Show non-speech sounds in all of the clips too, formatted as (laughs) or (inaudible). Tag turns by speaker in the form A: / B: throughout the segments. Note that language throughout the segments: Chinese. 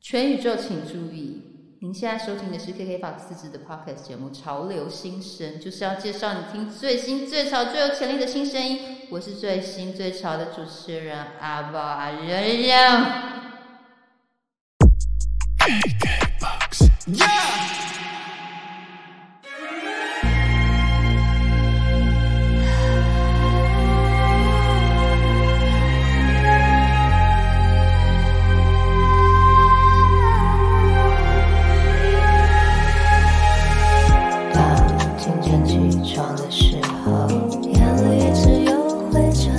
A: 全宇宙请注意，您现在收听的是 KK Box 自制的 Podcast 节目《潮流新声》，就是要介绍你听最新、最潮、最有潜力的新声音。我是最新最潮的主持人阿宝阿仁仁。
B: 当清晨起床的时候，眼里只有灰尘；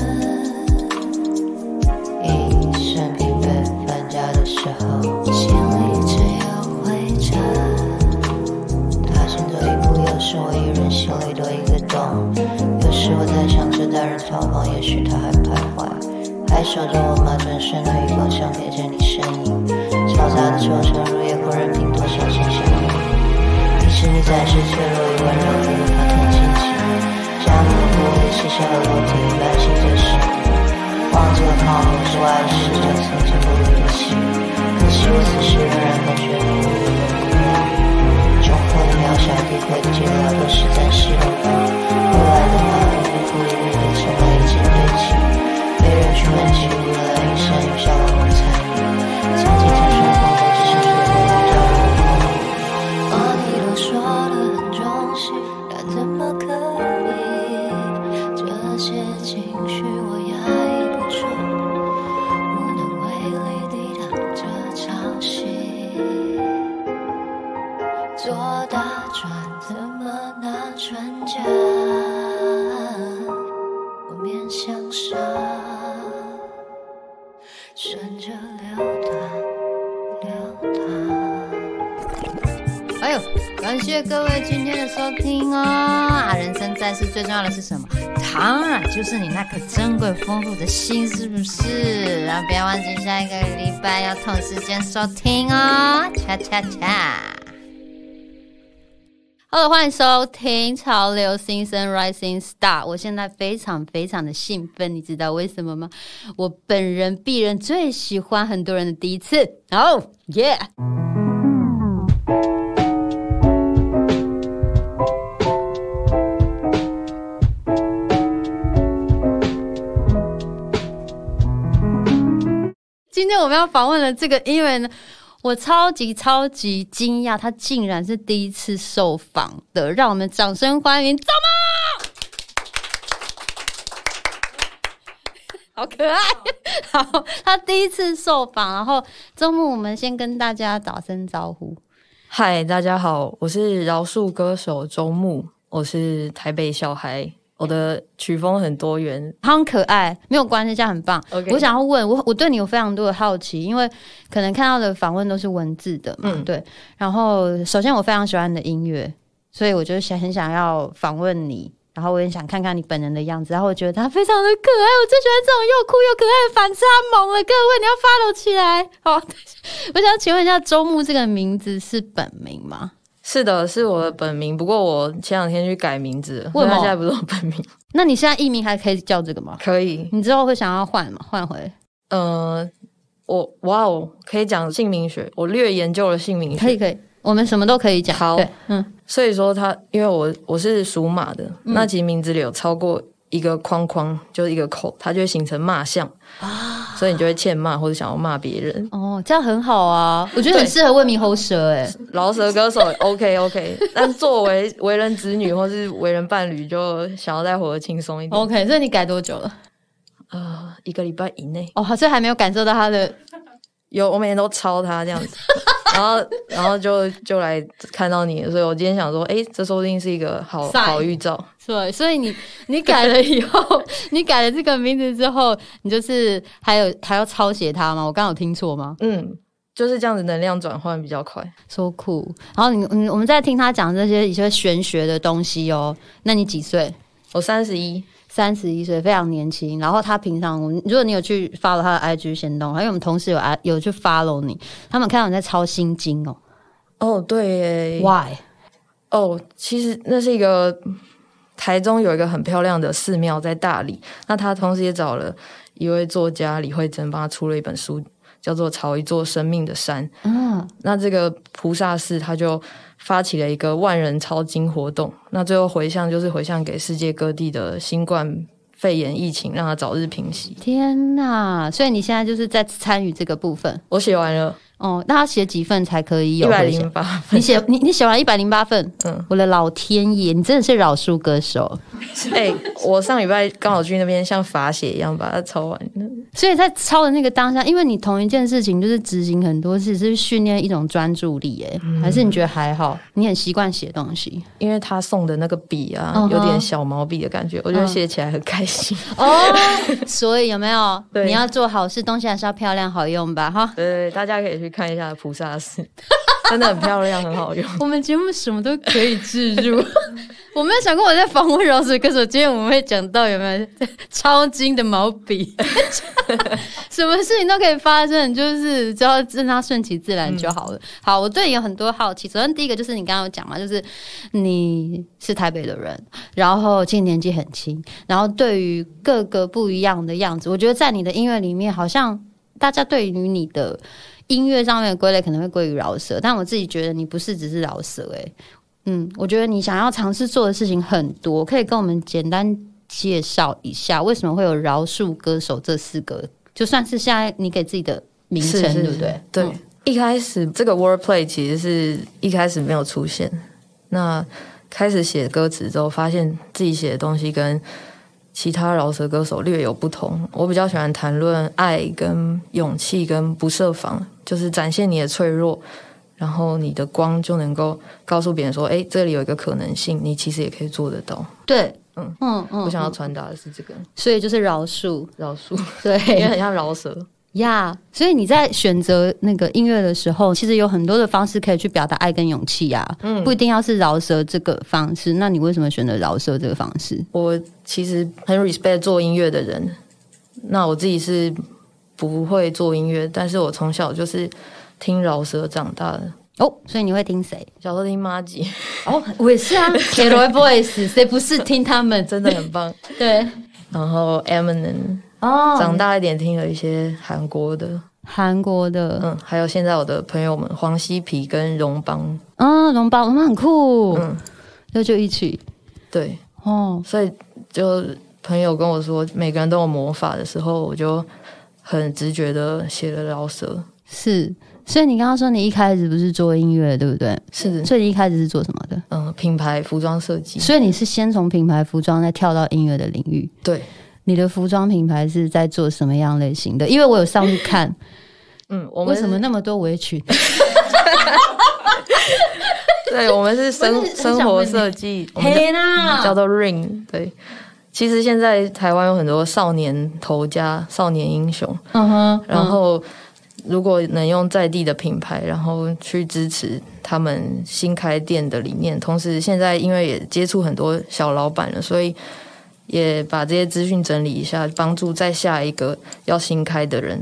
B: 一身疲惫返家的时候，心里只有灰尘。他行走一步，又是我一人心里的一个洞。有时我在想，这代人逃亡，也许他还徘徊，还守着我妈转身的余光，想瞥见你身影。嘈杂的车声如夜空任凭多少星星流萤。你是你暂时脆弱与温柔的无法同情心，像个狐狸是下楼梯般行着时，望着窗户之外是这曾经不离的心，可惜我此时仍然感觉你无与伦比。生活的渺小、低贵的寂寥都是暂时的光，未来的话一日复一日的成为一件堆积，被人去问起无论一生与笑容的残余，曾经曾说谎的只剩最后一条路。话你都说得很装饰，但怎么可以？这些情绪我压抑不住，无能为力抵挡这潮汐。坐大船怎么拿船桨？我面向上，顺着流淌，流淌。
A: 哎呦，感谢各位今天的收听哦！啊，人生在世最重要的是什么？当然就是你那颗珍贵丰富的心，是不是？然后不要忘记下一个礼拜要同时间收听哦！恰恰恰！Hello，欢迎收听《潮流新生 Rising Star》。我现在非常非常的兴奋，你知道为什么吗？我本人鄙人最喜欢很多人的第一次。哦、耶！今天我们要访问的这个艺人呢，我超级超级惊讶，他竟然是第一次受访的，让我们掌声欢迎赵 (laughs) 妈。好可爱， (laughs) 好，他第一次受访，然后周末我们先跟大家打声招呼。
C: 嗨，大家好，我是饶恕歌手周牧，我是台北小孩，我的曲风很多元。
A: 他很可爱，没有关系，这样很棒。
C: OK
A: 我想要问我，我对你有非常多的好奇，因为可能看到的访问都是文字的嘛，
C: 嗯
A: 对。然后，首先我非常喜欢你的音乐，所以我就想很想要访问你，然后我也想看看你本人的样子。然后我觉得他非常的可爱，我最喜欢这种又酷又可爱的反差萌了。各位，你要 follow 起来。好， (laughs) 我想请问一下，周牧这个名字是本名吗？
C: 是的，是我的本名，不过我前两天去改名字了，
A: 为什么
C: 因他现在不是我本名， (laughs)
A: 那你现在艺名还可以叫这个吗？
C: 可以。
A: 你之后会想要换吗？换回
C: 呃，我哇哦，可以讲姓名学，我略研究了姓名
A: 可以
C: 学，
A: 可以，我们什么都可以讲。
C: 好
A: 对嗯。
C: 所以说他，因为我我是属马的，那其实名字里有超过一个框框，就是一个口，它就会形成骂相啊，所以你就会欠骂或者想要骂别人。
A: 哦，这样很好啊，我觉得很
C: 对
A: 适合问猕猴蛇哎、
C: 饶舌歌手 OK OK，但 (laughs) 作为为人子女或是为人伴侣，就想要再活得轻松一点。
A: OK，所以你改多久了？
C: 呃，一个礼拜以内，
A: 哦，所以还没有感受到他的
C: 有我每天都抄他这样子， (laughs) 然后然后就就来看到你，所以我今天想说，诶，这说不定是一个好
A: Sign
C: 好预兆。
A: 对，所以你你改了以 (laughs) 后，你改了这个名字之后，你就是还有还要抄写他吗？我刚刚有听错吗？
C: 嗯，就是这样子，能量转换比较快。
A: 说酷，然后你你我们在听他讲这些一些玄学的东西哦。那你几岁？
C: 我三十一，
A: 三十一岁，非常年轻。然后他平常，我们如果你有去 follow 他的 IG 行动，还有我们同事有 I 有去 follow 你，他们看到你在抄心经哦。
C: 哦对耶，
A: Why？
C: 哦，其实那是一个台中有一个很漂亮的寺庙在大理，那他同时也找了一位作家李慧珍帮他出了一本书，叫做《炒一座生命的山》。
A: 嗯嗯，
C: 那这个菩萨寺他就发起了一个万人抄经活动，那最后回向就是回向给世界各地的新冠肺炎疫情，让它早日平息。
A: 天哪！所以你现在就是在参与这个部分
C: 我写完了，
A: 哦。那要写几份才可以
C: 一
A: 有
C: 百
A: 回响？
C: 零八
A: 你写你你写完一百零八份，
C: 嗯
A: 我的老天爷，你真的是饶恕歌手。
C: 哎、我上礼拜刚好去那边像罚写一样把它抄完。
A: 所以在抄的那个当下，因为你同一件事情就是执行很多次，是训练一种专注力、哎、
C: 嗯
A: 还是你觉得还好？你很习惯写东西
C: 因为他送的那个笔啊
A: 嗯哼嗯
C: 有点小毛笔的感觉，我觉得写起来很开心。
A: (laughs) 哦，所以有没有？
C: 对
A: 你要做好事，东西还是要漂亮好用吧，哈。
C: 对对对，大家可以去看一下菩萨寺，真的很漂亮，很好用。
A: (laughs) 我们节目什么都可以置入， (laughs) 我没有想过我在访问饶舌歌手，今天我们会讲到有没有超精的毛笔， (laughs) 什么事情都可以发生，就是只要让它顺其自然就好了。好，我对你有很多好奇，首先第一个就是你刚刚有讲嘛，就是你是台北的人，然后其实年纪很轻，然后对于各个不一样的样子，我觉得在你的音乐里面，好像大家对于你的音乐上面的归类可能会归于饶舌，但我自己觉得你不是只是饶舌、欸，嗯，我觉得你想要尝试做的事情很多，可以跟我们简单介绍一下为什么会有饶恕歌手这四个，就算是现在你给自己的名称，
C: 是是
A: 对不对？
C: 对，
A: 嗯
C: 一开始这个 wordplay 其实是一开始没有出现，那开始写歌词之后，发现自己写的东西跟其他饶舌歌手略有不同。我比较喜欢谈论爱、跟勇气、跟不设防，就是展现你的脆弱，然后你的光就能够告诉别人说：“哎、这里有一个可能性，你其实也可以做得到。
A: 对，嗯
C: 嗯
A: 嗯嗯，
C: 我想要传达的是这个
A: 所以就是饶恕，
C: 饶恕， (laughs)
A: 对，
C: 因为很像饶舌。
A: 呀所以你在选择那个音乐的时候，其实有很多的方式可以去表达爱跟勇气呀、嗯，不一定要是饶舌这个方式。那你为什么选择饶舌这个方式？
C: 我其实很 respect 做音乐的人。那我自己是不会做音乐，但是我从小就是听饶舌长大的。
A: 哦，所以你会听谁？
C: 小时候听妈吉， (laughs)
A: 哦，我也是 (laughs) 啊 k r o y Boys，谁不是听他们？
C: 真的很棒。
A: 对，
C: 然后 Eminem，
A: 哦，
C: 长大一点听了一些韩国的，
A: 韩国的，
C: 嗯，还有现在我的朋友们黄西皮跟荣邦，
A: 嗯，龙宝，我们很酷，
C: 嗯，
A: 那就一起
C: 对，
A: 哦，
C: 所以就朋友跟我说每个人都有魔法的时候，我就很直觉的写了饶舌。
A: 是。所以你刚刚说你一开始不是做音乐，对不对？
C: 是，
A: 所以你一开始是做什么的？
C: 嗯，品牌服装设计，
A: 所以你是先从品牌服装，再跳到音乐的领域。
C: 对，
A: 你的服装品牌是在做什么样类型的？因为我有上去看，
C: 嗯， (laughs) 我
A: 为
C: 们
A: 什么那么多围
C: (laughs)
A: 裙？
C: 对，我们是生
A: 我是很想
C: 生活设计，我们叫
A: 黑啦
C: 叫做 Ring。对，其实现在台湾有很多少年头家、少年英雄，
A: 嗯哼，
C: 然后如果能用在地的品牌，然后去支持他们新开店的理念，同时现在因为也接触很多小老板了，所以也把这些资讯整理一下，帮助在下一个要新开的人，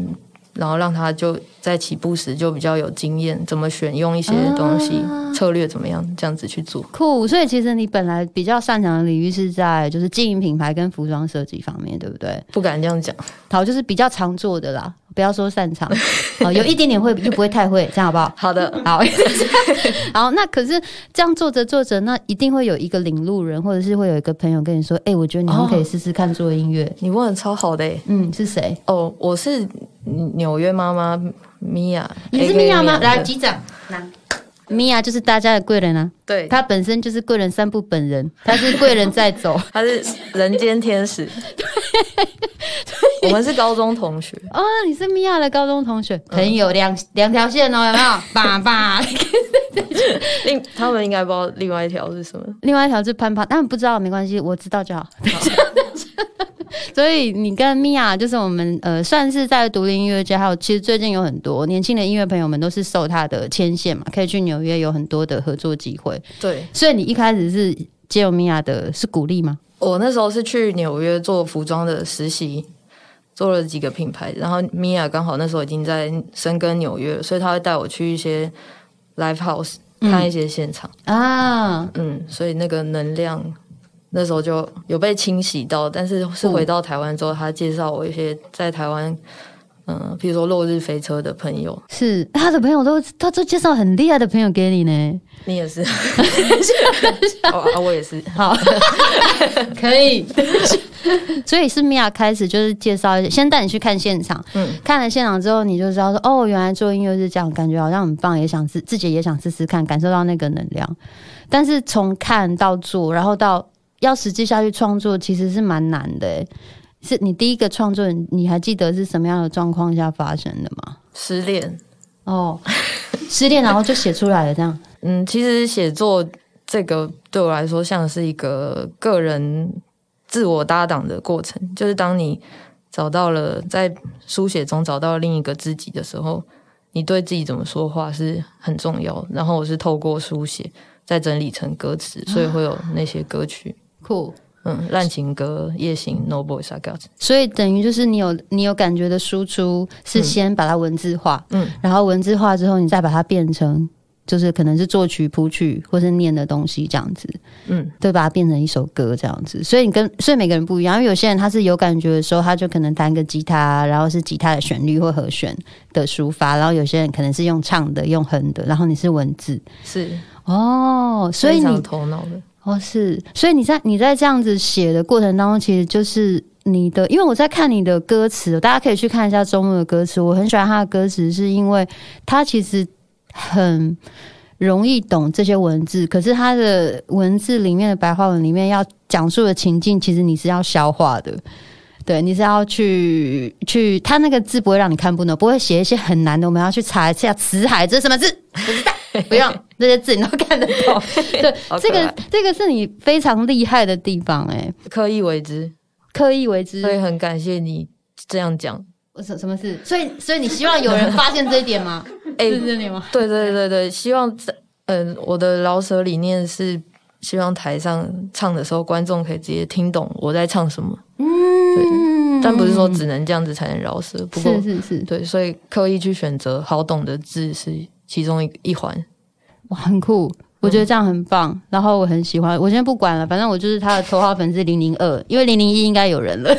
C: 然后让他就在起步时就比较有经验，怎么选用一些东西，
A: 啊
C: 策略怎么样，这样子去做。
A: 酷。所以其实你本来比较擅长的领域是在就是经营品牌跟服装设计方面，对不对？
C: 不敢这样讲，
A: 好，就是比较常做的啦，不要说擅
C: (laughs)
A: 长，哦，有一点点会，又不会太会，这样好不好？
C: 好的，
A: 好， (laughs) 好，那可是这样做着做着，那一定会有一个领路人，或者是会有一个朋友跟你说：“哎、我觉得你好
C: 哦
A: 像可以试试看做音乐。
C: (laughs) 你问的超好的、欸。
A: 嗯，是谁？
C: 哦，我是纽约妈妈米娅，
A: 你是米娅吗？
C: AKA
A: 来，
C: 对
A: 击掌。来，米娅就是大家的贵人啊，
C: 对，
A: 她本身就是贵人散步本人，她是贵人在 (laughs) 走。
C: 他是人间天使。我们是高中同学，
A: 哦，你是米娅的高中同学，朋友两两条线哦，有 (laughs) 没有？爸爸。
C: 另他们应该不知道另外一条是什么。
A: 另外一条是攀爬，但不知道没关系，我知道就好。 (laughs) 所以你跟米娅就是我们呃，算是在独立音乐界，还有其实最近有很多年轻的音乐朋友们都是受她的牵线嘛，可以去纽约有很多的合作机会。
C: 对
A: 所以你一开始是接有米娅的是鼓励吗？
C: 我那时候是去纽约做服装的实习，做了几个品牌，然后米娅刚好那时候已经在深耕纽约，所以她会带我去一些 live house 看一些现场。
A: 啊，
C: 嗯所以那个能量。那时候就嗯有被清洗到，但是是回到台湾之后，她介绍我一些在台湾嗯，譬如说落日飞车的朋友，
A: 是他的朋友都他都介绍很厉害的朋友给你 (laughs) 呢。
C: 你也是，哦啊，我也是，
A: 好，可以。所以是米娅开始就是介绍一些，先带你去看现场，
C: 嗯
A: 看了现场之后，你就知道说，哦，原来做音乐是这样，感觉好像很棒，也想自自己也想试试看，感受到那个能量。但是从看到做，然后到要实际下去创作，其实是蛮难的欸。是你第一个创作，你你还记得是什么样的状况下发生的吗？
C: 失恋。
A: 哦，失恋然后就写出来了，这样
C: 嗯，其实写作这个对我来说像是一个个人自我搭档的过程，就是当你找到了在书写中找到另一个自己的时候，你对自己怎么说话是很重要的。然后我是透过书写再整理成歌词，所以会有那些歌曲，
A: (laughs) 酷。
C: 嗯，烂情歌、夜行、No Boys I Got，
A: 所以等于就是你有你有感觉的输出是先把它文字化，
C: 嗯，
A: 然后文字化之后，你再把它变成就是可能是作曲、谱曲或是念的东西这样子，
C: 嗯，
A: 对，把它变成一首歌这样子。所以你跟所以每个人不一样，因为有些人他是有感觉的时候，他就可能弹个吉他，然后是吉他的旋律或和弦的抒发，然后有些人可能是用唱的、用哼的，然后你是文字
C: 是
A: 哦，所以
C: 非
A: 你
C: 常头脑的，
A: 哦，是，所以你在你在这样子写的过程当中，其实就是你的，因为我在看你的歌词，大家可以去看一下周末的歌词，我很喜欢他的歌词，是因为他其实很容易懂这些文字，可是他的文字里面的白话文里面要讲述的情境，其实你是要消化的。对，你是要去去，他那个字不会让你看不懂，不会写一些很难的，我们要去查一下词海这是什么字，不知道，不用这些字你都看得懂。 (laughs) 对，
C: 好可
A: 这个
C: 爱
A: 这个是你非常厉害的地方哎、
C: 刻意为之，
A: 刻意为之
C: 所。以很感谢你这样讲。
A: (laughs) 什什么事？所以所以你希望有人发现这一点吗？
C: 哎、
A: 是这里吗？
C: (laughs) 对对对对，希望在嗯、我的饶舌理念是希望台上唱的时候，观众可以直接听懂我在唱什么，
A: 嗯
C: 但不是说只能这样子才能饶舌。不过，
A: 是是是，
C: 对，所以刻意去选择好懂的字是其中一一环。
A: 哇，很酷。我觉得这样很
C: 嗯
A: 棒，然后我很喜欢。我现在不管了，反正我就是他的头号粉丝零零二，因为零零一应该有人了。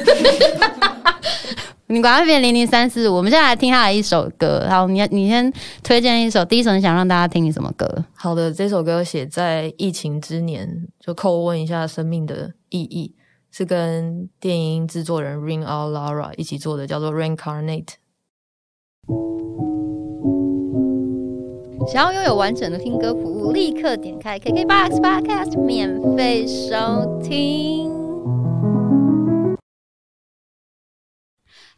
A: 你管他变零零三四，我们现在来听他的一首歌。好，你你先推荐一首，第一首你想让大家听你什么歌？
C: 好的，这首歌写在疫情之年，就叩问一下生命的意义，是跟电音制作人 Ring Out Lara 一起做的，叫做 Reincarnate。
A: 想要拥有完整的听歌服务，立刻点开 KKBOX Podcast 免费收听。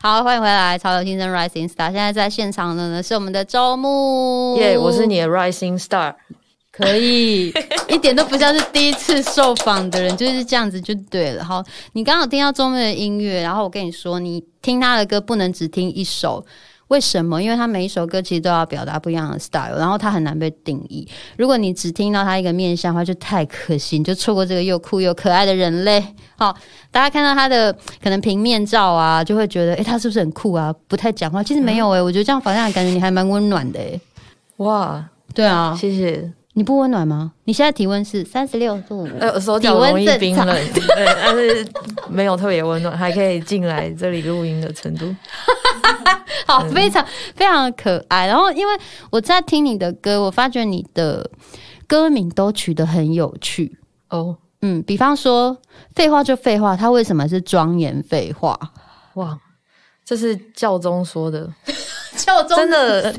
A: 好，欢迎回来，潮流新生 Rising Star。现在在现场的呢是我们的周木，
C: 耶、我是你的 Rising Star。
A: 可
C: (laughs)
A: 以，一点都不像是第一次受访的人，就是这样子就对了。好，你刚好听到周末的音乐，然后我跟你说，你听他的歌不能只听一首。为什么？因为他每一首歌其实都要表达不一样的 style，然后它很难被定义。如果你只听到他一个面向的话，就太可惜，你就错过这个又酷又可爱的人类。好，大家看到他的可能平面照啊，就会觉得，诶、他是不是很酷啊？不太讲话，其实没有诶、我觉得这样反而感觉你还蛮温暖的诶、
C: 哇，
A: 对啊，
C: 谢谢。
A: 你不温暖吗？你现在体温是三十六度五，
C: 呃，手脚容易冰冷，对，但是没有特别温暖，还可以进来这里录音的程度。
A: 好，
C: 嗯
A: 非常非常可爱。然后，因为我在听你的歌，我发觉你的歌名都取得很有趣。
C: 哦，
A: 嗯，比方说“废话就废话”，它为什么是庄严废话？
C: 哇，这是教宗说的，
A: 教
C: (laughs) 真的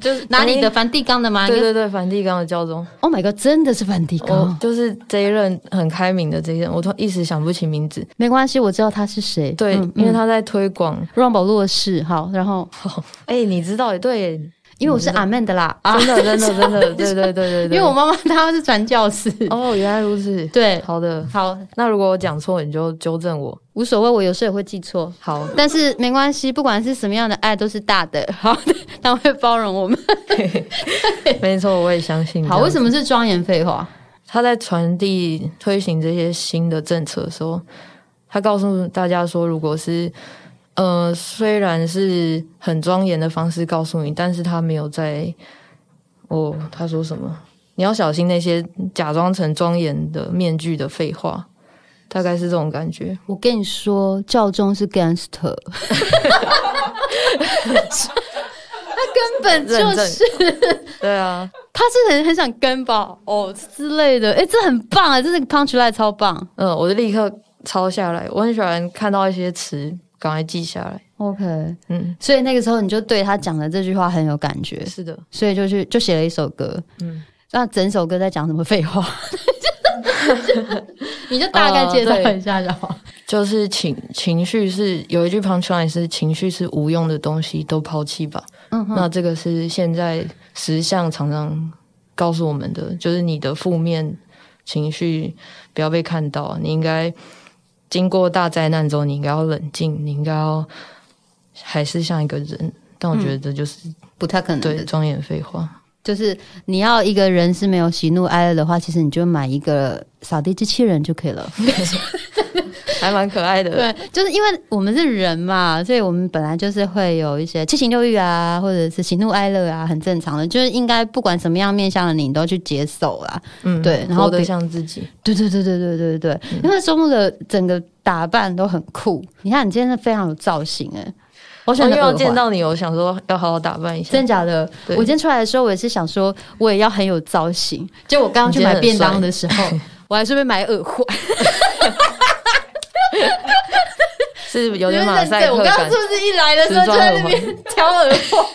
A: 就是哪里的梵蒂冈的吗？
C: 对对对，梵蒂冈的教宗，
A: o h my god，真的是梵蒂冈。
C: 哦，就是这一任很开明的这一任，我突然一时想不起名字。
A: 没关系，我知道他是谁。
C: 对，
A: 嗯
C: 因为
A: 嗯
C: 他在推广。 (laughs)
A: 让保洛是好，然后
C: 哎、你知道耶？对耶，
A: 因为我是阿曼的啦，啊，
C: 真的，真 (laughs) 的，真的，对对对对
A: (laughs) 因
C: 对。
A: 为我妈妈她是传教士。
C: 哦，原来如此。
A: 对，
C: 好的，
A: 好，
C: 那如果我讲错，你就纠正我。
A: 无所谓，我有时候也会记错，
C: 好， (laughs)
A: 但是没关系，不管是什么样的爱都是大的， (laughs) 好的，他会包容我们。
C: 没错，我也相信这样。
A: (laughs) 好，为什么是庄严废话？
C: 他在传递推行这些新的政策的时候，他告诉大家说，如果是呃，虽然是很庄严的方式告诉你，但是他没有在哦，他说什么？你要小心那些假装成庄严的面具的废话，大概是这种感觉。
A: 我跟你说，教宗是 gangster，他 (laughs) 根本就
C: 认证
A: 是
C: 对啊，
A: 他是很很想跟吧，哦之类的，哎、这很棒啊，这是 punch line 超棒。
C: 嗯，我就立刻抄下来。我很喜欢看到一些词，赶快记下来。
A: OK，
C: 嗯，
A: 所以那个时候你就对他讲的这句话很有感觉，
C: 是的，
A: 所以就去就写了一首歌。
C: 嗯，
A: 那整首歌在讲什么废话？ (laughs) 你就大概介绍一下就好。
C: 就是情情绪是有一句 punchline 是情绪是无用的东西，都抛弃吧。
A: 嗯
C: 那这个是现在实相常常告诉我们的，就是你的负面情绪不要被看到，你应该经过大灾难之后，你应该要冷静，你应该要还是像一个人。但我觉得这就是、
A: 不太可能
C: 对
A: 的，
C: 庄严废话，
A: 就是你要一个人是没有喜怒哀乐的话，其实你就买一个扫地机器人就可以了。
C: 还蛮可爱
A: (laughs)
C: 的。
A: 对，就是因为我们是人嘛，所以我们本来就是会有一些七情六欲啊，或者是喜怒哀乐啊，很正常的。就是应该不管什么样面向的你，你都去接受啦。
C: 嗯，
A: 对然后
C: 活得
A: 比
C: 像自己。
A: 对对对对对对对，
C: 嗯
A: 因为周木的整个打扮都很酷。你看你今天非常有造型哎、我
C: 我
A: 想
C: 因为我哦见到你，我想说要好好打扮一下。
A: 真假的？我
C: 对
A: 今天出来的时候，我也是想说我也要很有造型。就我刚刚去买便当的时候，
C: (laughs)
A: 我还顺便买耳环，
C: 是 (laughs) 有点马赛
A: 对，我
C: 克
A: 刚刚
C: 感
A: 是。不是一来的时候就
C: 时装
A: 在
C: 耳
A: 那
C: 环
A: 边挑耳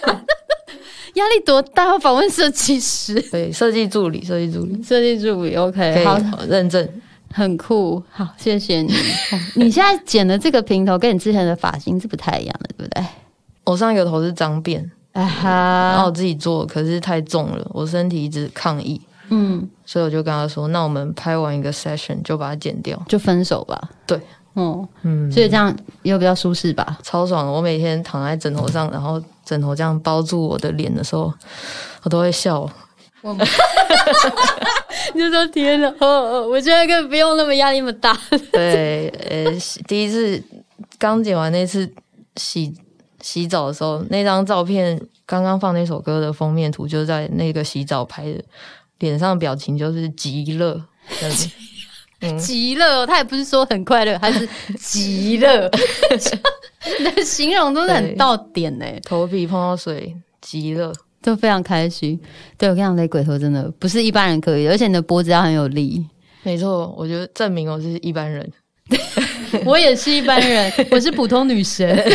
A: 环？ (laughs) 压力多大？要访问设计师、 (laughs)
C: 对，设计助理，设计助理
A: 设计助理
C: 可
A: ，OK，
C: 以
A: 好，
C: 好认证。
A: 很酷，好，谢谢你。 (laughs) 哦你现在剪的这个平头跟你之前的发型是不太一样的，对不对？
C: 我上一个头是脏辫，
A: 啊
C: 然
A: 哈
C: 后，我自己做，可是太重了，我身体一直抗议，
A: 嗯，
C: 所以我就跟他说：“那我们拍完一个 session 就把它剪掉。
A: 就分手吧。
C: 对，
A: 嗯，”
C: 嗯，
A: 所以这样又比较舒适吧。
C: 超爽的！我每天躺在枕头上，然后枕头这样包住我的脸的时候，我都会笑。
A: (laughs) 你就说天哪，哦哦，我觉得更不用那么压力那么大。
C: (laughs) 对，呃，洗第一次刚剪完那次洗洗澡的时候，那张照片刚刚放那首歌的封面图，就在那个洗澡拍的，脸上表情就是极乐，这样子
A: (laughs) 极乐、哦，他也不是说很快乐，他是极 (laughs) 乐。你的形容都是很到点呢、
C: 头皮碰到水，极乐。
A: 都非常开心。对我跟你讲，雷鬼头真的不是一般人可以的，而且你的脖子要很有力。
C: 没错，我觉得证明我是一般人。
A: (laughs) 我也是一般 (laughs) 人，我是普通女神。 (laughs)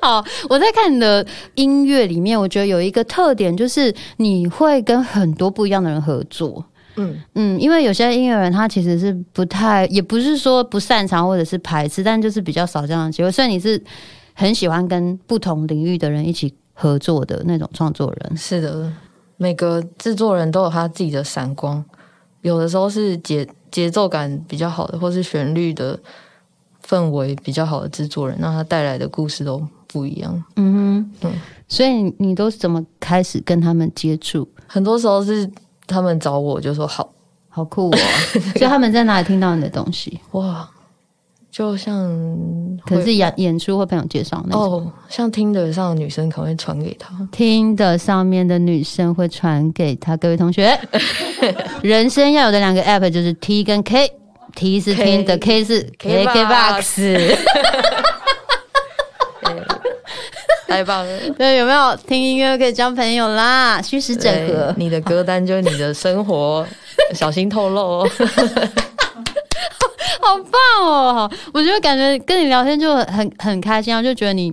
A: 好，我在看你的音乐里面，我觉得有一个特点就是你会跟很多不一样的人合作。
C: 嗯
A: 嗯，因为有些音乐人他其实是不太，也不是说不擅长或者是排斥，但就是比较少这样的机会。所以你是很喜欢跟不同领域的人一起合作的那种创作人。
C: 是的，每个制作人都有他自己的闪光，有的时候是节节奏感比较好的，或是旋律的氛围比较好的制作人，那他带来的故事都不一样。
A: 嗯哼
C: 嗯，
A: 所以你你都是怎么开始跟他们接触？
C: 很多时候是他们找我就说好
A: 好酷 (laughs) 哦！所以他们在哪里听到你的东西？
C: 哇，就像
A: 可能
C: 会
A: 是演演出或朋友介绍那种。
C: 哦，像听得上的女生可能会传给
A: (laughs)
C: 他，
A: 听的上面的女生会传给他各位同学。 (laughs) 人生要有的两个 app 就是 T 跟 K。T 是
C: K-
A: 听的，K 是
C: K- (laughs)
A: KKBOX。
C: 太棒了。
A: 对，有没有听音乐可以交朋友啦？虚实整合
C: 对，你的歌单就是你的生活，小心透露哦。
A: 好棒哦！我觉得感觉跟你聊天就很很开心啊，就觉得你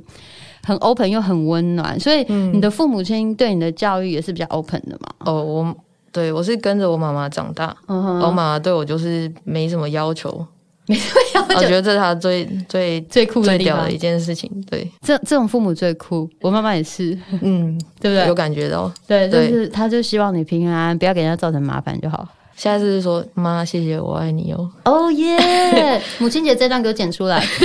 A: 很 open 又很温暖，所以
C: 嗯
A: 你的父母亲对你的教育也是比较 open 的嘛。
C: 哦，我对我是跟着我妈妈长大，
A: 嗯哼
C: 我妈妈对我就是没什么要求，
A: 没什么要
C: 我
A: 求
C: 觉得这是她最最
A: 最酷的
C: 最
A: 地
C: 屌
A: 方
C: 的一。件事情。对，
A: 这这种父母最酷，我妈妈也是，
C: 嗯，
A: (laughs) 对啊
C: 有
A: 不
C: 感觉到。
A: 对？对，
C: 对
A: 就是她就希望你平安，不要给人家造成麻烦就好。
C: 下一次就说妈，谢谢，我爱你哦。
A: 哦耶！ (laughs) 母亲节这段给我剪出来， (laughs)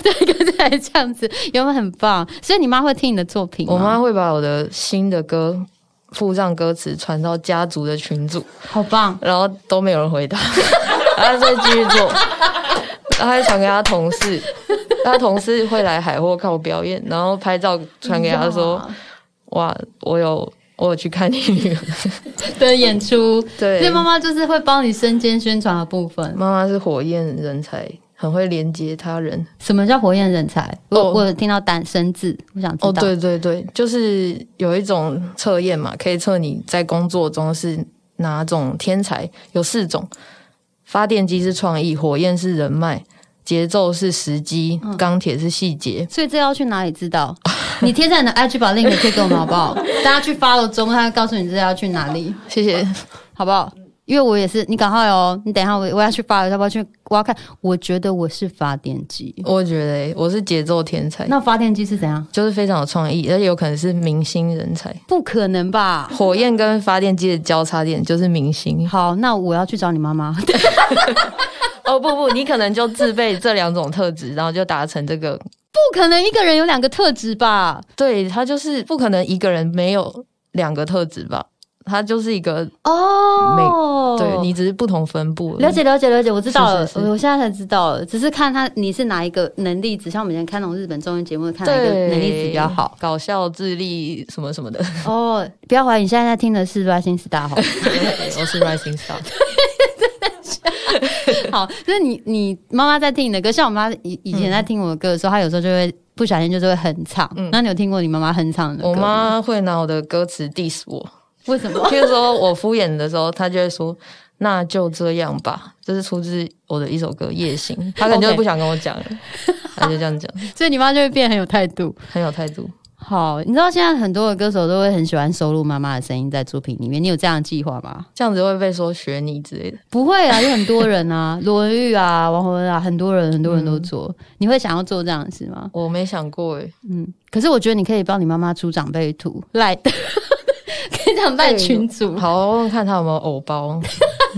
A: 对，刚才这样子有没有很棒？所以你妈会听你的作品吗？
C: 我妈会把我的新的歌附上歌词，传到家族的群组，
A: 好棒，
C: 然后都没有人
A: (laughs)
C: 回答，然后她再继续做，然后还传给她同事，她同事会来海货看我表演，然后拍照传给她说。哇，我有偶尔去看你女儿。
A: 的演出，所以
C: 对，
A: 妈
C: 妈
A: 妈就是会帮你身兼宣传的部分。
C: 妈是火焰人才，很会连接他人。
A: 什么叫火焰人才？我、
C: 哦
A: 我有听到单身字，我想知道。
C: 哦，对对对，就是有一种测验嘛，可以测你在工作中是哪种天才，有四种：发电机是创意，火焰是人脉，节奏是时机，钢铁是细节。
A: 所以这要去哪里知道？你贴在你的 IG 把 link 贴给我们好不 (laughs) 好？大家去 follow 中，他会告诉你这要去哪里，
C: 谢谢。
A: 好不好？因为我也是，你赶快哦，你等一下我我要去 follow，要不要去？我要看，我觉得我是发电机。
C: (laughs) 我觉得欸我是节奏天才，
A: 那发电机是怎样？
C: 就是非常有创意，而且有可能是明星人 (laughs) 才。
A: 不可能吧？
C: 火焰跟发电机的交叉点就是明星。
A: 好，那我要去找你妈妈。 (laughs)
C: 哦不不，你可能就自备这两种特质，然后就达成这个。
A: 不可能一个人有两个特质吧？
C: 对他就是不可能一个人没有两个特质吧？他就是一个，
A: 哦，
C: 对你只是不同分布而已。
A: 了解了解了解，我知道了，
C: 是是是
A: 我现在才知道了，只是看他你是哪一个能力值，像我们以前看那种日本综艺节目，看哪一个
C: 对
A: 能力值比较好。，
C: 搞笑、智力什么什么的。
A: 哦，不要怀疑，你现在在听的是《Rising Star》好，
C: 我是 Rising (laughs) Star， (laughs)
A: 好，就是你你妈妈在听你的歌，像我妈以以
C: 嗯
A: 前在听我的歌的时候，她有时候就会不小心就是会哼唱。那你有听过你妈妈哼唱的歌？
C: 我妈会拿我的歌词 diss 我。
A: 为什么？ (laughs)
C: 譬如说我敷衍的时候，他就会说：“那就这样吧。”这是出自我的一首歌《夜行》，他可能就
A: OK
C: 不想跟我讲了，他就这样讲，
A: 所以你妈就会变很有态度。
C: 很有态度。
A: 好，你知道现在很多的歌手都会很喜欢收录妈妈的声音在作品里面，你有这样的计划吗？
C: 这样子会被说学你之类的。
A: 不会啊，有很多人
C: (laughs)
A: 啊，罗文玉啊，王文啊，很多人很多人都做。
C: 嗯
A: 你会想要做这样的事吗？
C: 我没想过欸诶，
A: 嗯，可是我觉得你可以帮你妈妈出长辈图，赖 (laughs) 可以长辈群组，
C: 好，我问问看他有没有偶包。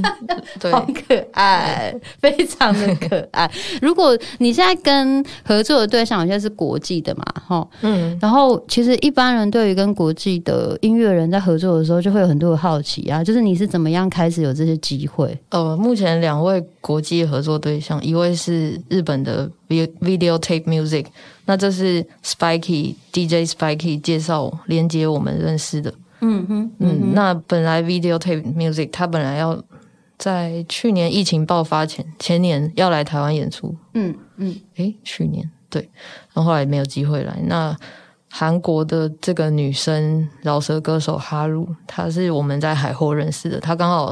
C: (laughs) 对，
A: 好可爱，非常的可爱。如果你现在跟合作的对象有些是国际的嘛，哈，
C: 嗯，
A: 然后其实一般人对于跟国际的音乐人在合作的时候，就会有很多的好奇啊，就是你是怎么样开始有这些机会？
C: 呃，目前两位国际合作对象，一位是日本的 Vi- Video Tape Music，那这是 Spiky DJ Spiky 介绍连接我们认识的。嗯哼，嗯，那本来 Video Tape Music 他本来要在去年疫情爆发前，前年要来台湾演出，
A: 嗯嗯，
C: 诶，去年对，然后后来没有机会来。那韩国的这个女生饶舌歌手哈鲁，她是我们在海后认识的，她刚好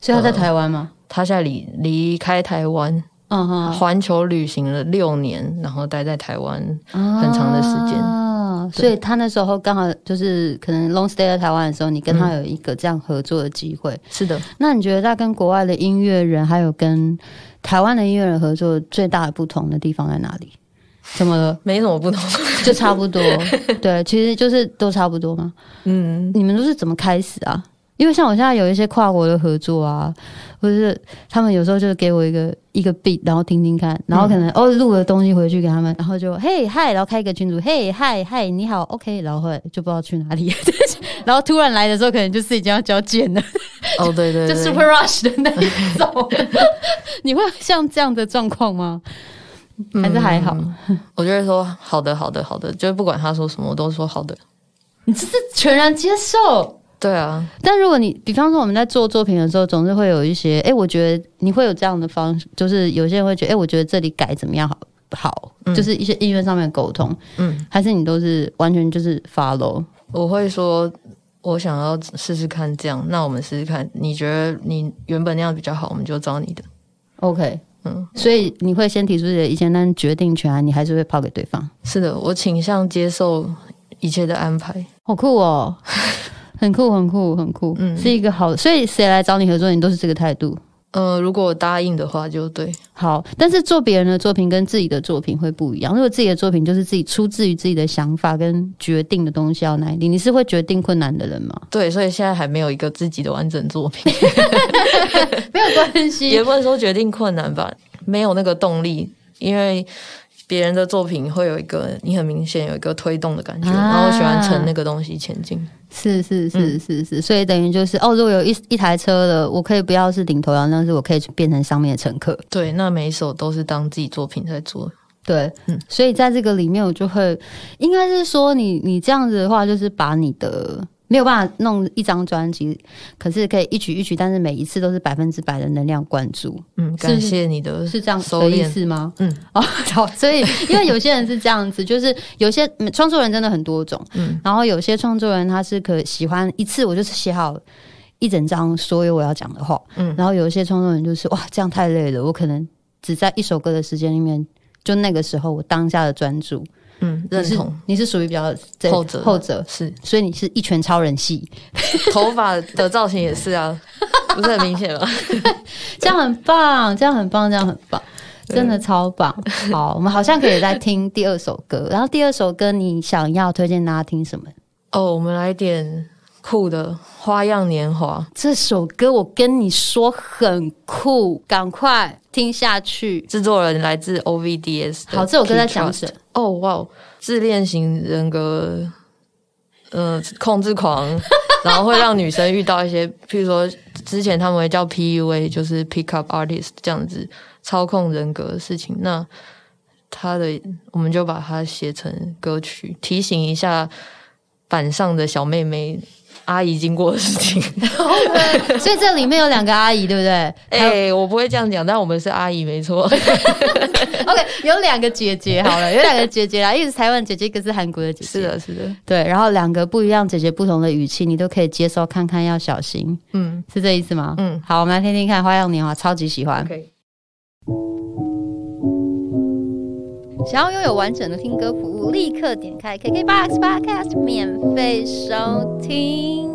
A: 所以他在台湾吗？
C: 他现在离离开台湾，
A: 嗯哼，
C: 环球旅行了六年，然后待在台湾。
A: 很
C: 长的时间
A: 啊、
C: 对
A: 所以他那时候刚好就是可能 long stay 在台湾的时候，你跟他有一个这样合作的机会。
C: 是的，
A: 那你觉得他跟国外的音乐人，还有跟台湾的音乐人合作最大的不同的地方在哪里？怎么了？
C: 没什么不同。
A: 就差不多，对，其实就是都差不多嘛。
C: (laughs) 嗯，
A: 你们都是怎么开始啊？因为像我现在有一些跨国的合作啊，或者是他们有时候就是给我一个一个 beat，然后听听看，然后可能、哦录了东西回去给他们，然后就嘿嗨，然后开一个群组，嘿嗨嗨你好，OK，然后后来就不知道去哪里， (laughs) 然后突然来的时候可能就是已经要交件了，
C: 哦，对 (laughs) 对
A: 就
C: 对
A: super rush 的那一种。 (laughs) 你会像这样的状况吗？还是还好？
C: 我就会说好的，好的，好的，就是不管他说什么，我都说好的。
A: 你这是全然接受，
C: 对啊，
A: 但如果你，比方说我们在做作品的时候，总是会有一些，哎、我觉得你会有这样的方式，就是有些人会觉得，哎、我觉得这里改怎么样好，好，就是一些意愿上面的沟通，
C: 嗯，
A: 还是你都是完全就是 follow，
C: 我会说，我想要试试看这样，那我们试试看，你觉得你原本那样比较好，我们就找你的。
A: OK，
C: 嗯，
A: 所以你会先提出自己的意见，但决定权你还是会抛给对方，
C: 是的，我倾向接受一切的安排。
A: 好酷哦， (laughs) 很酷，很酷，很酷，
C: 嗯
A: 是一个好，所以谁来找你合作，你都是这个态度。
C: 呃，如果我答应的话，就对。
A: 好，但是做别人的作品跟自己的作品会不一样。如果自己的作品就是自己出自于自己的想法跟决定的东西要哪一点，你是会决定困难的人吗？
C: 对，所以现在还没有一个自己的完整作品。
A: (laughs) 没有关系，
C: 也不能说决定困难吧，没有那个动力，因为别人的作品会有一个你很明显有一个推动的感觉，
A: 啊
C: 然后喜欢乘那个东西前进。
A: (laughs) 是是是是是，所以等于就是哦，如果有一一台车了，我可以不要是领头羊，但是我可以去变成上面的乘客。
C: 对，那每一首都是当自己作品在做。
A: 对，
C: 嗯
A: 所以在这个里面，我就会应该是说你你这样子的话，就是把你的。没有办法弄一张专辑，可是可以一曲一曲，但是每一次都是百分之百的能量灌注，
C: 嗯，感谢你的
A: 是这样
C: 收
A: 的意
C: 敛，
A: 思吗？
C: 嗯，
A: 哦， (laughs) 好，所以因为有些人是这样子，就是有些嗯创作人真的很多种，
C: 嗯
A: 然后有些创作人他是可喜欢一次我就是写好一整张所有我要讲的话，
C: 嗯
A: 然后有一些创作人就是哇这样太累了，我可能只在一首歌的时间里面，就那个时候我当下的专注，
C: 嗯，认同
A: 你是属于比较这
C: 后者
A: 后者，
C: 是
A: 所以你是一拳超人系，
C: 头发的造型也
A: (laughs)
C: 是啊，不是很明显吗？啊
A: 这样很棒，这样很棒，这样很棒，真的超棒。好，我们好像可以再听第二首歌，然后第二首歌你想要推荐大家听什么？
C: 哦，我们来点酷的《花样年华
A: 这首歌我跟你说很酷，赶快听下去》，。
C: 制作人来自 OVDS 的。
A: 好，这首歌在讲什么？
C: 哦哇哦，自恋型人格，呃，控制狂， (laughs) 然后会让女生遇到一些，譬如说之前他们会叫 PUA，就是 Pick Up Artist 这样子操控人格的事情。那他的我们就把它写成歌曲，提醒一下板上的小妹妹。阿姨经过的事情，
A: (laughs) 所以这里面有两个阿姨，对不对
C: 哎、我不会这样讲，但我们是阿姨没错。
A: ？OK，有两个姐姐，好了，有两个姐姐啦，一个是台湾姐姐，一个是韩国的姐姐。
C: 是的，是的，
A: 对，然后两个不一样姐姐不同的语气，你都可以接受看看，要小心，
C: 嗯
A: 是这意思吗？
C: 嗯
A: 好，我们来听听看《花样年华》，超级喜欢。
C: ，OK，
A: 想要拥有完整的听歌服务，立刻点开 KKBOX Podcast 免费收听。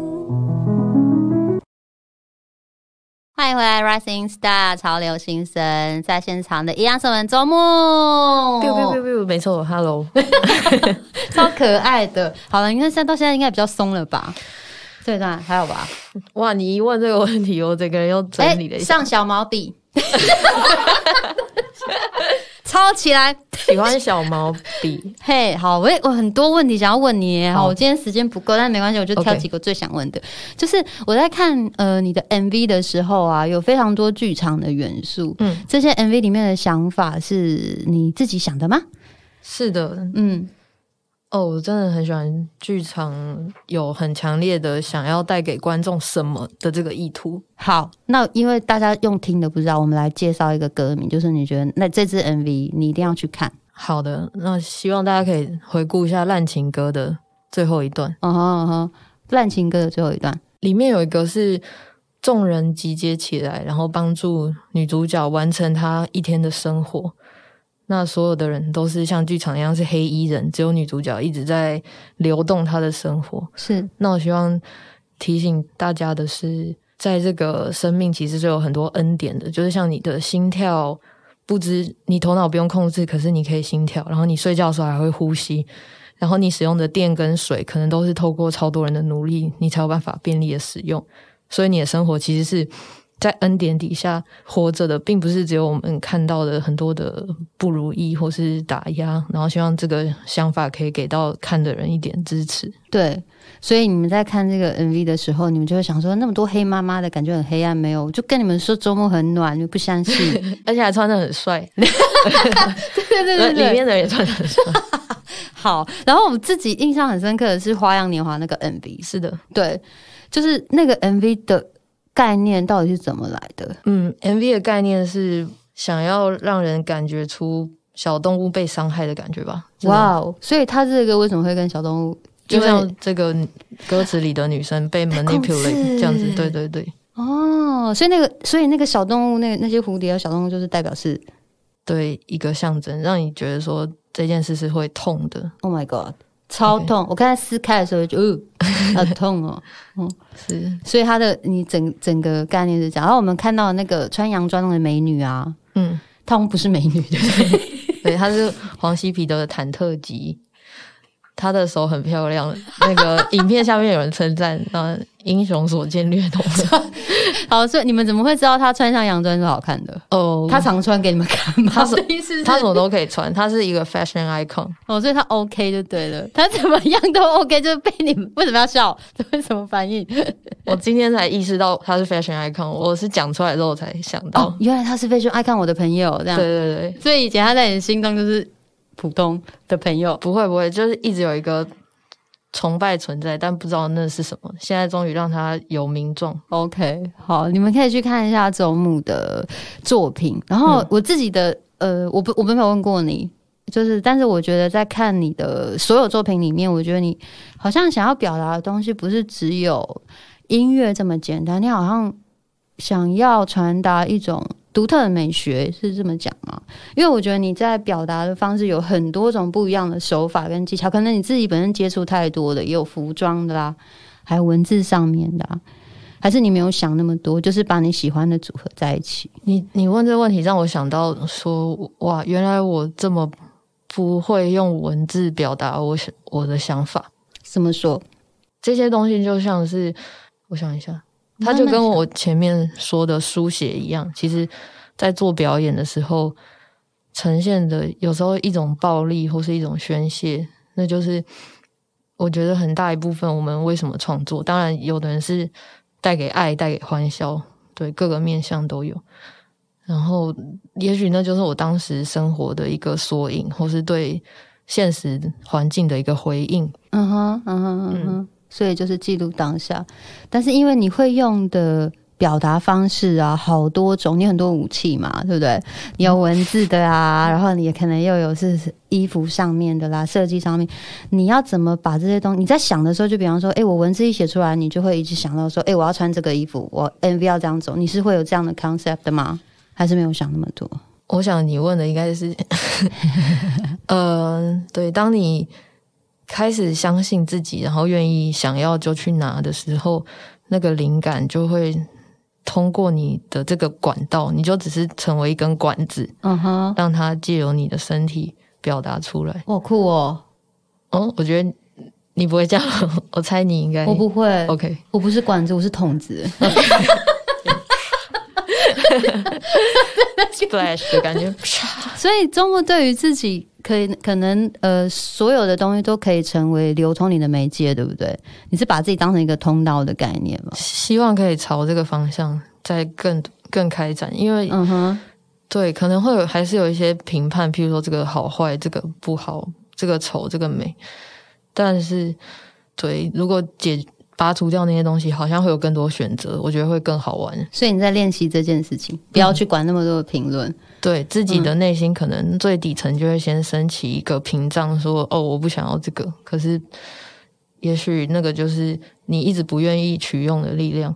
A: 欢迎回来，Rising Star 潮流新生，在现场的一样是我们周末，
C: biu biu biu biu，没错，Hello。
A: 超可爱的。好了，你看现在到现在应该比较松了吧？对的，还有吧？
C: 哇，你一问这个问题，我整个人又整理了一下。
A: 哎上小毛笔， (laughs) 抄起来。
C: 喜欢小毛笔， (laughs)
A: 嘿、好，我也我很多问题想要问你耶。好，
C: 好
A: 我今天时间不够，但没关系，我就挑
C: OK
A: 几个最想问的。就是我在看呃你的 MV 的时候啊，有非常多剧场的元素。
C: 嗯，
A: 这些 MV 里面的想法是你自己想的吗？
C: 是的，
A: 嗯，
C: 哦，我真的很喜欢剧场，有很强烈的想要带给观众什么的这个意图。
A: 好，那因为大家用听的不知道，我们来介绍一个歌名，就是你觉得那这支 MV 你一定要去看
C: 好的，那希望大家可以回顾一下《烂情歌》的最后一段，
A: 哦吼哦吼，烂情歌的最后一段。
C: 里面有一个是众人集结起来，然后帮助女主角完成她一天的生活。那所有的人都是像剧场一样是黑衣人，只有女主角一直在流动她的生活。
A: 是，
C: 那我希望提醒大家的是，在这个生命其实是有很多恩典的，就是像你的心跳，不知你头脑不用控制，可是你可以心跳，然后你睡觉的时候还会呼吸，然后你使用的电跟水，可能都是透过超多人的努力，你才有办法便利的使用。所以你的生活其实是在恩典底下活着的，并不是只有我们看到的很多的不如意或是打压。然后希望这个想法可以给到看的人一点支持。
A: 对。所以你们在看这个 MV 的时候，你们就会想说，那么多黑妈妈的感觉很黑暗，没有？我就跟你们说周末很暖，你们不相 (laughs) 信？
C: 而且还穿的很帅，呃
A: 对对
C: 里面的人也穿的很帅。
A: 好。然后我们自己印象很深刻的是《花样年华》那个 MV，
C: (laughs) 是的，
A: 对，就是那个 MV 的概念到底是怎么来的？
C: 嗯，MV 的概念是想要让人感觉出小动物被伤害的感觉吧？是吗，
A: 哇哦！所以它这个为什么会跟小动物？
C: 就
A: 因为
C: 像这个歌词里的女生被 (laughs) manipulate 这样子，对对对，
A: 哦，所以那个，所以那个小动物，那那些蝴蝶和小动物，就是代表是
C: 对一个象征，让你觉得说这件事是会痛的，
A: Oh my God，超
C: OK
A: 痛！我刚才撕开的时候就，呃， (laughs) 好痛哦。
C: (laughs) 是
A: 所以它的你整整个概念是这样。哦然后我们看到那个穿洋装的美女啊，
C: 嗯，
A: 她好像不是美女， (laughs) 对不对？
C: 对，她是黄西皮的忐忑集。她的手很漂亮，那个影片下面有人称赞，啊，英雄所见略 (laughs) 同。
A: 好，所以你们怎么会知道她穿上洋装是好看的？
C: 哦，
A: 她常穿给你们看吗？
C: 她是
A: 嗯意思是
C: (laughs) 他什么都可以穿，他是一个 fashion (laughs) icon。
A: (laughs) 哦，所以她 OK 就对了，她怎么样都 OK，就是被你们为什么要笑？这会什么反应？
C: 我今天才意识到他是 fashion icon，我是讲出来之后才想到。
A: 哦，原来她是非常爱看我的朋友这
C: 对
A: 样。
C: 对对，
A: 所以以前她在你心中就是普通的朋友。
C: 不会不会，就是一直有一个崇拜存在，但不知道那是什么。现在终于让他有名状。
A: OK，好，你们可以去看一下周牧的作品。然后我自己的，呃，我不，我没有问过你，就是，但是我觉得在看你的所有作品里面，我觉得你好像想要表达的东西不是只有音乐这么简单，你好像想要传达一种独特的美学，是这么讲吗？因为我觉得你在表达的方式有很多种不一样的手法跟技巧，可能你自己本身接触太多的，也有服装的啦，还有文字上面的、啊。还是你没有想那么多，就是把你喜欢的组合在一起。
C: 你你问这个问题，让我想到说，哇，原来我这么不会用文字表达我想我的想法。
A: 怎么说？
C: 这些东西就像是，我想一下，它就跟我前面说的书写一样。其实，在做表演的时候，呈现的有时候一种暴力或是一种宣泄，那就是我觉得很大一部分我们为什么创作。当然，有的人是带给爱、带给欢笑，对各个面向都有。然后，也许那就是我当时生活的一个缩影，或是对现实环境的一个回应。
A: 嗯哼，嗯哼，嗯哼。所以就是记录当下，但是因为你会用的表达方式啊，好多种，你很多武器嘛，对不对？你有文字的啊，然后你也可能又有是衣服上面的啦，设计上面，你要怎么把这些东西？你在想的时候，就比方说，哎、我文字一写出来，你就会一直想到说，哎、我要穿这个衣服，我 MV 要这样走，你是会有这样的 concept 的吗？还是没有想那么多？
C: 我想你问的应该是， (laughs) 呃，对，当你开始相信自己，然后愿意想要就去拿的时候，那个灵感就会通过你的这个管道，你就只是成为一根管子，
A: 嗯哼，
C: 让它借由你的身体表达出来。
A: 哇，酷哦！
C: 哦，我觉得你不会这样，我猜你应该
A: 我不会，
C: OK。
A: 我不是管子，我是筒
C: (laughs)
A: 子。
C: Splash 的感觉，
A: 所以周末对于自己可以可能呃所有的东西都可以成为流通你的媒介，对不对？你是把自己当成一个通道的概念吗？
C: (laughs) 希望可以朝这个方向再更更开展，因为
A: 嗯哼，
C: 对，可能会有还是有一些评判，譬如说这个好坏，这个不好，这个丑，这个美。但是，对，如果解拔除掉那些东西，好像会有更多选择，我觉得会更好玩。
A: 所以你在练习这件事情，不要去管那么多的评论。
C: 对自己的内心，可能最底层就会先升起一个屏障，说：“哦，我不想要这个。”可是，也许那个就是你一直不愿意取用的力量。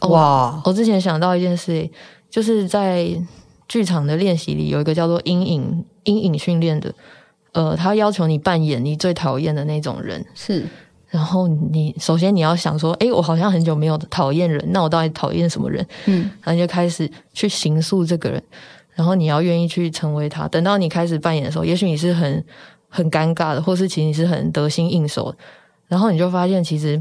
C: 哦
A: 哇，
C: 我之前想到一件事欸，就是在剧场的练习里有一个叫做阴影阴影训练的，呃，他要求你扮演你最讨厌的那种人，
A: 是
C: 然后你首先你要想说，诶，我好像很久没有讨厌人，那我到底讨厌什么人？
A: 嗯，
C: 然后你就开始去形塑这个人，然后你要愿意去成为他。等到你开始扮演的时候，也许你是很很尴尬的，或是其实你是很得心应手的，然后你就发现其实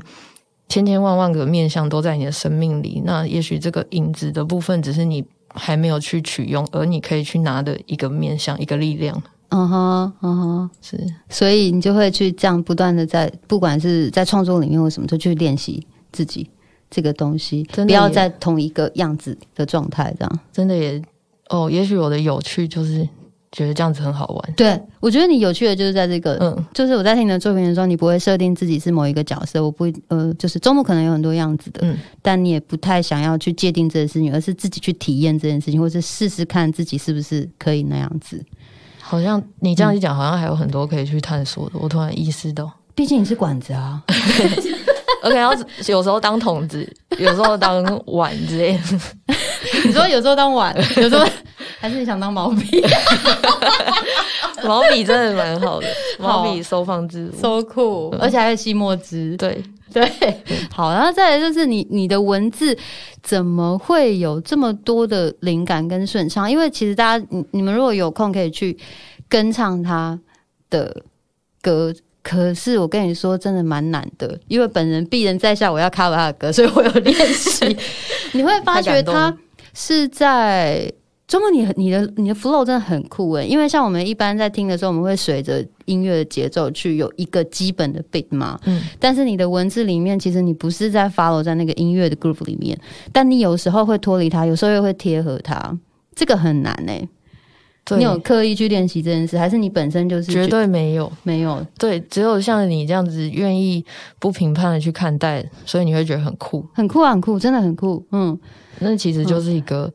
C: 千千万万个面相都在你的生命里。那也许这个影子的部分，只是你还没有去取用，而你可以去拿的一个面相，一个力量
A: 嗯哼，嗯哼，
C: 是。
A: 所以你就会去这样不断的在，不管是在创作里面或什么，就去练习自己这个东西，
C: 真的
A: 不要
C: 耶
A: 在同一个样子的状态这样。
C: 真的也哦，也许我的有趣就是觉得这样子很好玩。
A: 对，我觉得你有趣的就是在这个，
C: 嗯，
A: 就是我在听你的作品的时候，你不会设定自己是某一个角色，我不呃，就是周末可能有很多样子的，
C: 嗯
A: 但你也不太想要去界定这件事情，而是自己去体验这件事情，或是试试看自己是不是可以那样子。
C: 好像你这样一讲，好像还有很多可以去探索的。我突然意识到
A: 毕竟你是管子啊，
C: ，OK，然后有时候当筒子，有时候当碗之类的。
A: 你说有时候当 (laughs) 碗，有时候还是你想当毛笔，
C: 毛笔真的蛮好的，
A: 好
C: 毛笔收放自如。
A: so cool，而 (laughs) 且还有吸墨汁。
C: 对，
A: 对，好，然后再来就是你你的文字怎么会有这么多的灵感跟顺畅？因为其实大家你你们如果有空可以去跟唱他的歌。可是我跟你说，真的蛮难的，因为本人鄙人在下，我要 cover 他的歌，所以我有练
C: (laughs)
A: 习。你会发觉
C: 太感动
A: 他
C: 了
A: 是在周末，你很你的你的 flow 真的很酷诶，因为像我们一般在听的时候，我们会随着音乐的节奏去有一个基本的 beat 嘛，
C: 嗯
A: 但是你的文字里面，其实你不是在 follow 在那个音乐的 group 里面，但你有时候会脱离它，有时候又会贴合它，这个很难哎、
C: 对
A: 你有刻意去练习这件事，还是你本身就是
C: 绝
A: 觉
C: 对没有。
A: 没有？
C: 对，只有像你这样子愿意不评判的去看待，所以你会觉得很酷。
A: 很酷啊，很酷，真的很酷。嗯，
C: 那其实就是一个、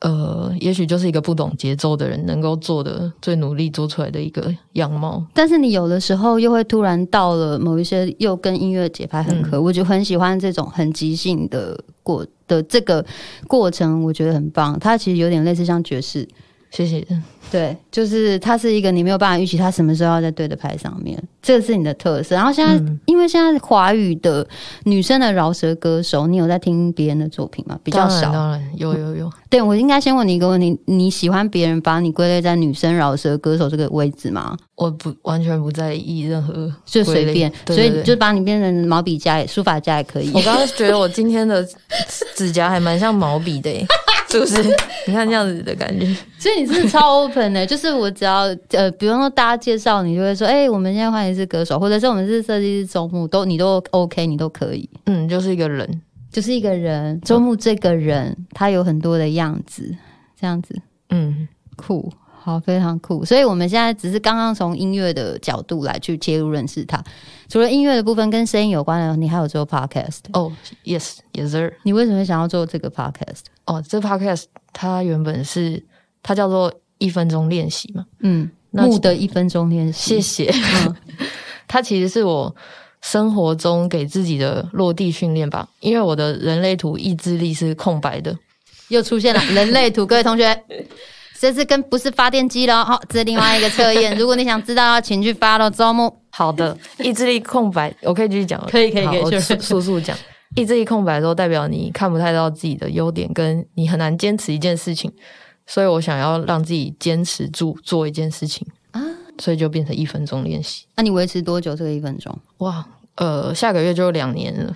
C: 呃，也许就是一个不懂节奏的人能够做的最努力做出来的一个样貌。
A: 但是你有的时候又会突然到了某一些又跟音乐节拍
C: 嗯
A: 很合，我就很喜欢这种很即兴的过的这个过程，我觉得很棒。它其实有点类似像爵士，
C: 谢谢。
A: 对，就是它是一个你没有办法预期它什么时候要在对的牌上面，这个是你的特色。然后现在，
C: 嗯
A: 因为现在华语的女生的饶舌歌手，你有在听别人的作品吗？比较
C: 当然
A: 少。
C: 当然有有有。
A: 对我应该先问你一个问题：你喜欢别人把你归类在女生饶舌歌手这个位置吗？
C: 我不完全不在意任何，
A: 就随便，
C: 归类对对哦
A: 所以就把你变成毛笔家也、书法家也可以
C: (laughs) 我。刚刚觉得我今天的指甲还蛮像毛笔的耶，欸 (laughs) 是不是？你看这样子的感觉，
A: (laughs) 所以你是超 open 的，就是我只要呃，比方说大家介绍你，就会说：“哎、我们现在欢迎是歌手，或者是我们是设计师周牧，都你都 OK，你都可以。”
C: 嗯，就是一个人，
A: 就是一个人，周牧这个人，他有很多的样子，这样子
C: 嗯，
A: 酷，好，非常酷。所以我们现在只是刚刚从音乐的角度来去切入认识他。除了音乐的部分跟声音有关的，你还有做 podcast。
C: 哦、y e s yes sir，
A: 你为什么会想要做这个 podcast？
C: 哦，这 podcast 它原本是它叫做一分钟练习嘛，
A: 嗯，
C: 那
A: 木的一分钟练习，
C: 谢谢， (laughs) 它其实是我生活中给自己的落地训练吧，因为我的人类图意志力是空白的，
A: 又出 (laughs) 现了人类图，各位同学。这次跟不是发电机了，好、这是另外一个测验。如果你想知道，请去 follow 周牧。(laughs)
C: 好的，意志力空白，我可以继续讲吗，
A: 可以可以
C: 好
A: 可以
C: 我
A: 确
C: 速
A: 认
C: 速速讲。意志力空白的时候，代表你看不太到自己的优点，跟你很难坚持一件事情。所以我想要让自己坚持住做一件事情啊，所以就变成一分钟练习。
A: 那、你维持多久这个一分钟？
C: 哇，呃，下个月就两年了。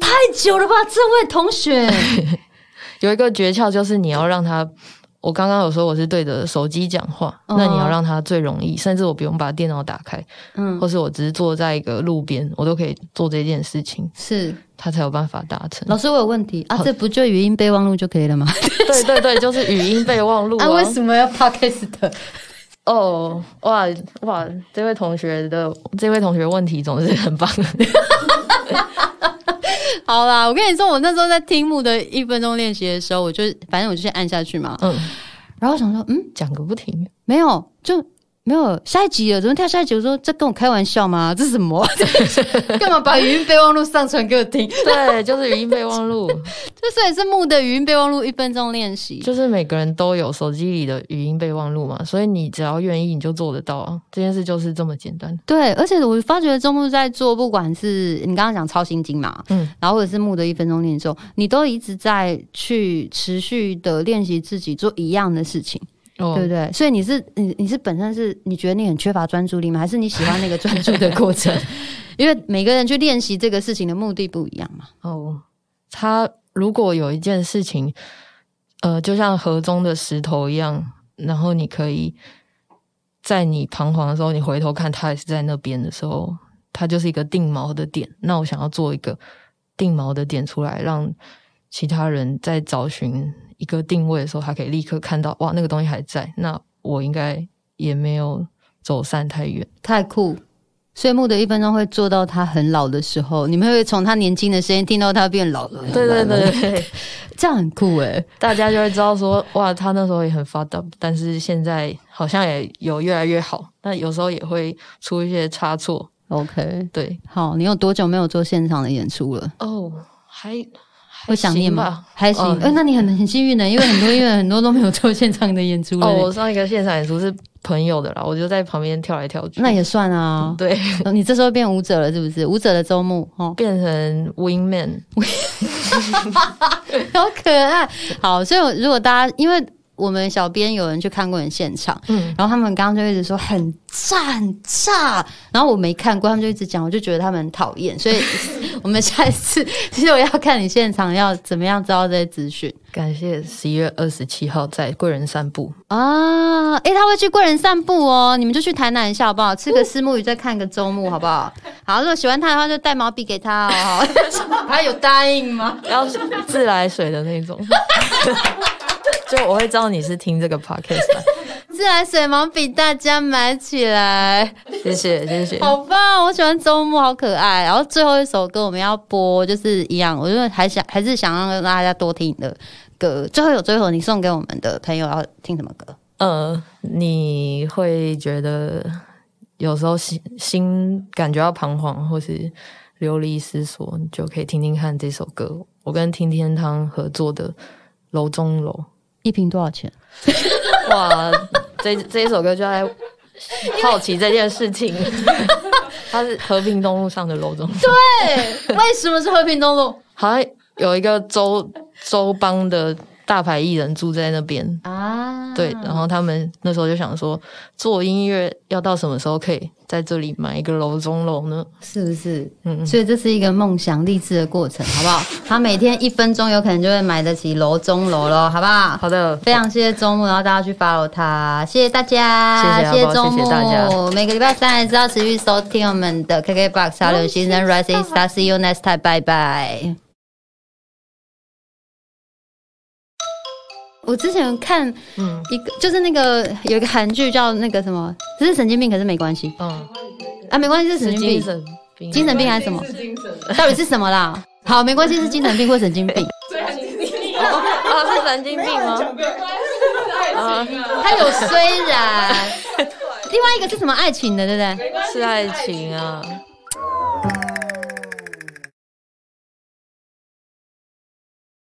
A: 太久了吧，这位同学。
C: 有一个诀窍就是你要让它，我刚刚有说我是对着手机讲话，
A: 哦
C: 那你要让它最容易，甚至我不用把电脑打开，
A: (laughs) 嗯，
C: 或是我只是坐在一个路边，我都可以做这件事情，
A: 是
C: 它才有办法达成。
A: 老师，我有问题啊，这不就语音备忘录就可以 (laughs) 了吗？
C: (laughs) 对对对，就是语音备忘录啊。
A: 么 (laughs) 要 podcast？
C: 哦，哇哇，这位同学的这位同学问题总是很棒。 (laughs)
A: 好啦，我跟你说，我那时候在听木的一分钟练习的时候，我就反正我就先按下去嘛，
C: 嗯，
A: 然后我想说，嗯，
C: 讲个不停。
A: 没有，就没有下一集了，怎么跳下一集？我说这跟我开玩笑吗？ (laughs) 这是什么？干嘛把语音备忘录上传给我听？
C: 对，就是语音备忘录，
A: 这所以是木的语音备忘录一分钟练习。
C: (laughs) 就是每个人都有手机里的语音备忘录嘛，所以你只要愿意，你就做得到啊。这件事就是这么简单。
A: 对，而且我发觉周木在做，不管是你刚刚讲超心经嘛，
C: 嗯
A: 嗯，然后或者是木的一分钟练习，你都一直在去持续的练习自己做一样的事情，
C: 哦 (laughs)
A: 对不对？所以你是你你是本身是你觉得你很缺乏专注力吗？还是你喜欢那个专
C: (laughs)
A: 注的过程？因为每个人去练习这个事情的目的不一样嘛。
C: 哦，他如果有一件事情，呃，就像河中的石头一样，然后你可以在你彷徨的时候，你回头看它也是在那边的时候，它就是一个定锚的点。那我想要做一个定锚的点出来，让其他人在找寻一个定位的时候，他可以立刻看到，哇，那个东西还在，那我应该也没有走散太远。
A: 太酷！所以木的一分钟会做到他很老的时候，你们会从他年轻的声音听到他变老了。
C: 对对对对。
A: 这样很酷欸诶、
C: 大家就会知道说，哇，他那时候也很发达，但是现在好像也有越来越好，但有时候也会出一些差错。
A: OK，
C: 对，
A: 好，你有多久没有做现场的演出了？
C: 哦，还还
A: 会想念
C: 行
A: 吗
C: 吧？？
A: 还行，
C: 嗯
A: 哎、那你很很幸运的，因为很多因为很多都没有做现场的演出了
C: 哦，
A: 呢、
C: 我上一个现场演出是朋友的啦，我就在旁边跳来跳去。
A: 那也算啊。
C: 对，
A: 呃你这时候变舞者了，是不是？舞者的周末哦，
C: 变成 wing man。
A: 好可爱。好，所以我如果大家，因为我们小编有人去看过你现场，
C: 嗯，
A: 然后他们刚刚就一直说很炸很炸，然后我没看过，他们就一直讲，我就觉得他们很讨厌，所以我们下一次其实我要看你现场要怎么样知道这些资讯
C: 感谢十一月二十七号在贵人散步。
A: 啊。诶，他会去贵人散步哦，你们就去台南一下好不好？吃个丝木鱼，再看个周末好不好？好，如果喜欢他的话，就带毛笔给他哦。 (laughs) 他有答应
C: (laughs)
A: 吗？
C: 要
A: (laughs)
C: 自来水的那种。就我会知道你是听这个 podcast 的，
A: 自来水盲笔大家买起来，
C: 谢谢谢谢。
A: 好棒！我喜欢周末，好可爱。然后最后一首歌我们要播，就是一样，我觉得还想还是想让大家多听你的歌。最后有最后你送给我们的朋友要听什么歌？
C: 呃，你会觉得有时候心心感觉到彷徨，或是流离失所，你就可以听听看这首歌。我跟听天堂合作的《楼中楼
A: 一瓶多少钱？》，
C: 哇，这这一首歌就在好奇这件事 (laughs) 情。它是和平东路上的楼中楼，
A: 对，为什么是和平东路
C: 好像有一个周周帮的大牌艺人住在那边，
A: (laughs) 啊？
C: 对，然后他们那时候就想说，做音乐要到什么时候可以在这里买一个楼中楼呢？
A: 是不是？
C: 嗯，
A: 所以这是一个梦想励志的过程，好不好？他每天一分钟有可能就会买得起楼中楼了，好不好？
C: 好的，
A: 非常谢谢周末，然后大家去 follow 他，谢谢大家，
C: 谢谢阿
A: 谢
C: 包
A: 周末，
C: 谢谢大家
A: 每个礼拜三还是要持续收听我们的 KKBOX 潮流新生 Rising Star。See you next time，拜拜。我之前看
C: 嗯
A: 一个，就是那个有一个韩剧叫那个什么，只是神经病，可是没关系
C: 嗯，
A: 啊，没关系是神
C: 是
A: 经
C: 精
A: 病，
C: 神病，
A: 精神病啊还是什么？到底是什么啦？好，没关系，是精神病或神经
C: (laughs)
A: 病。
C: 啊，是神经病吗？啊，
A: 他有虽然，另外一个是什么爱情的，对不对？
C: 是爱情啊，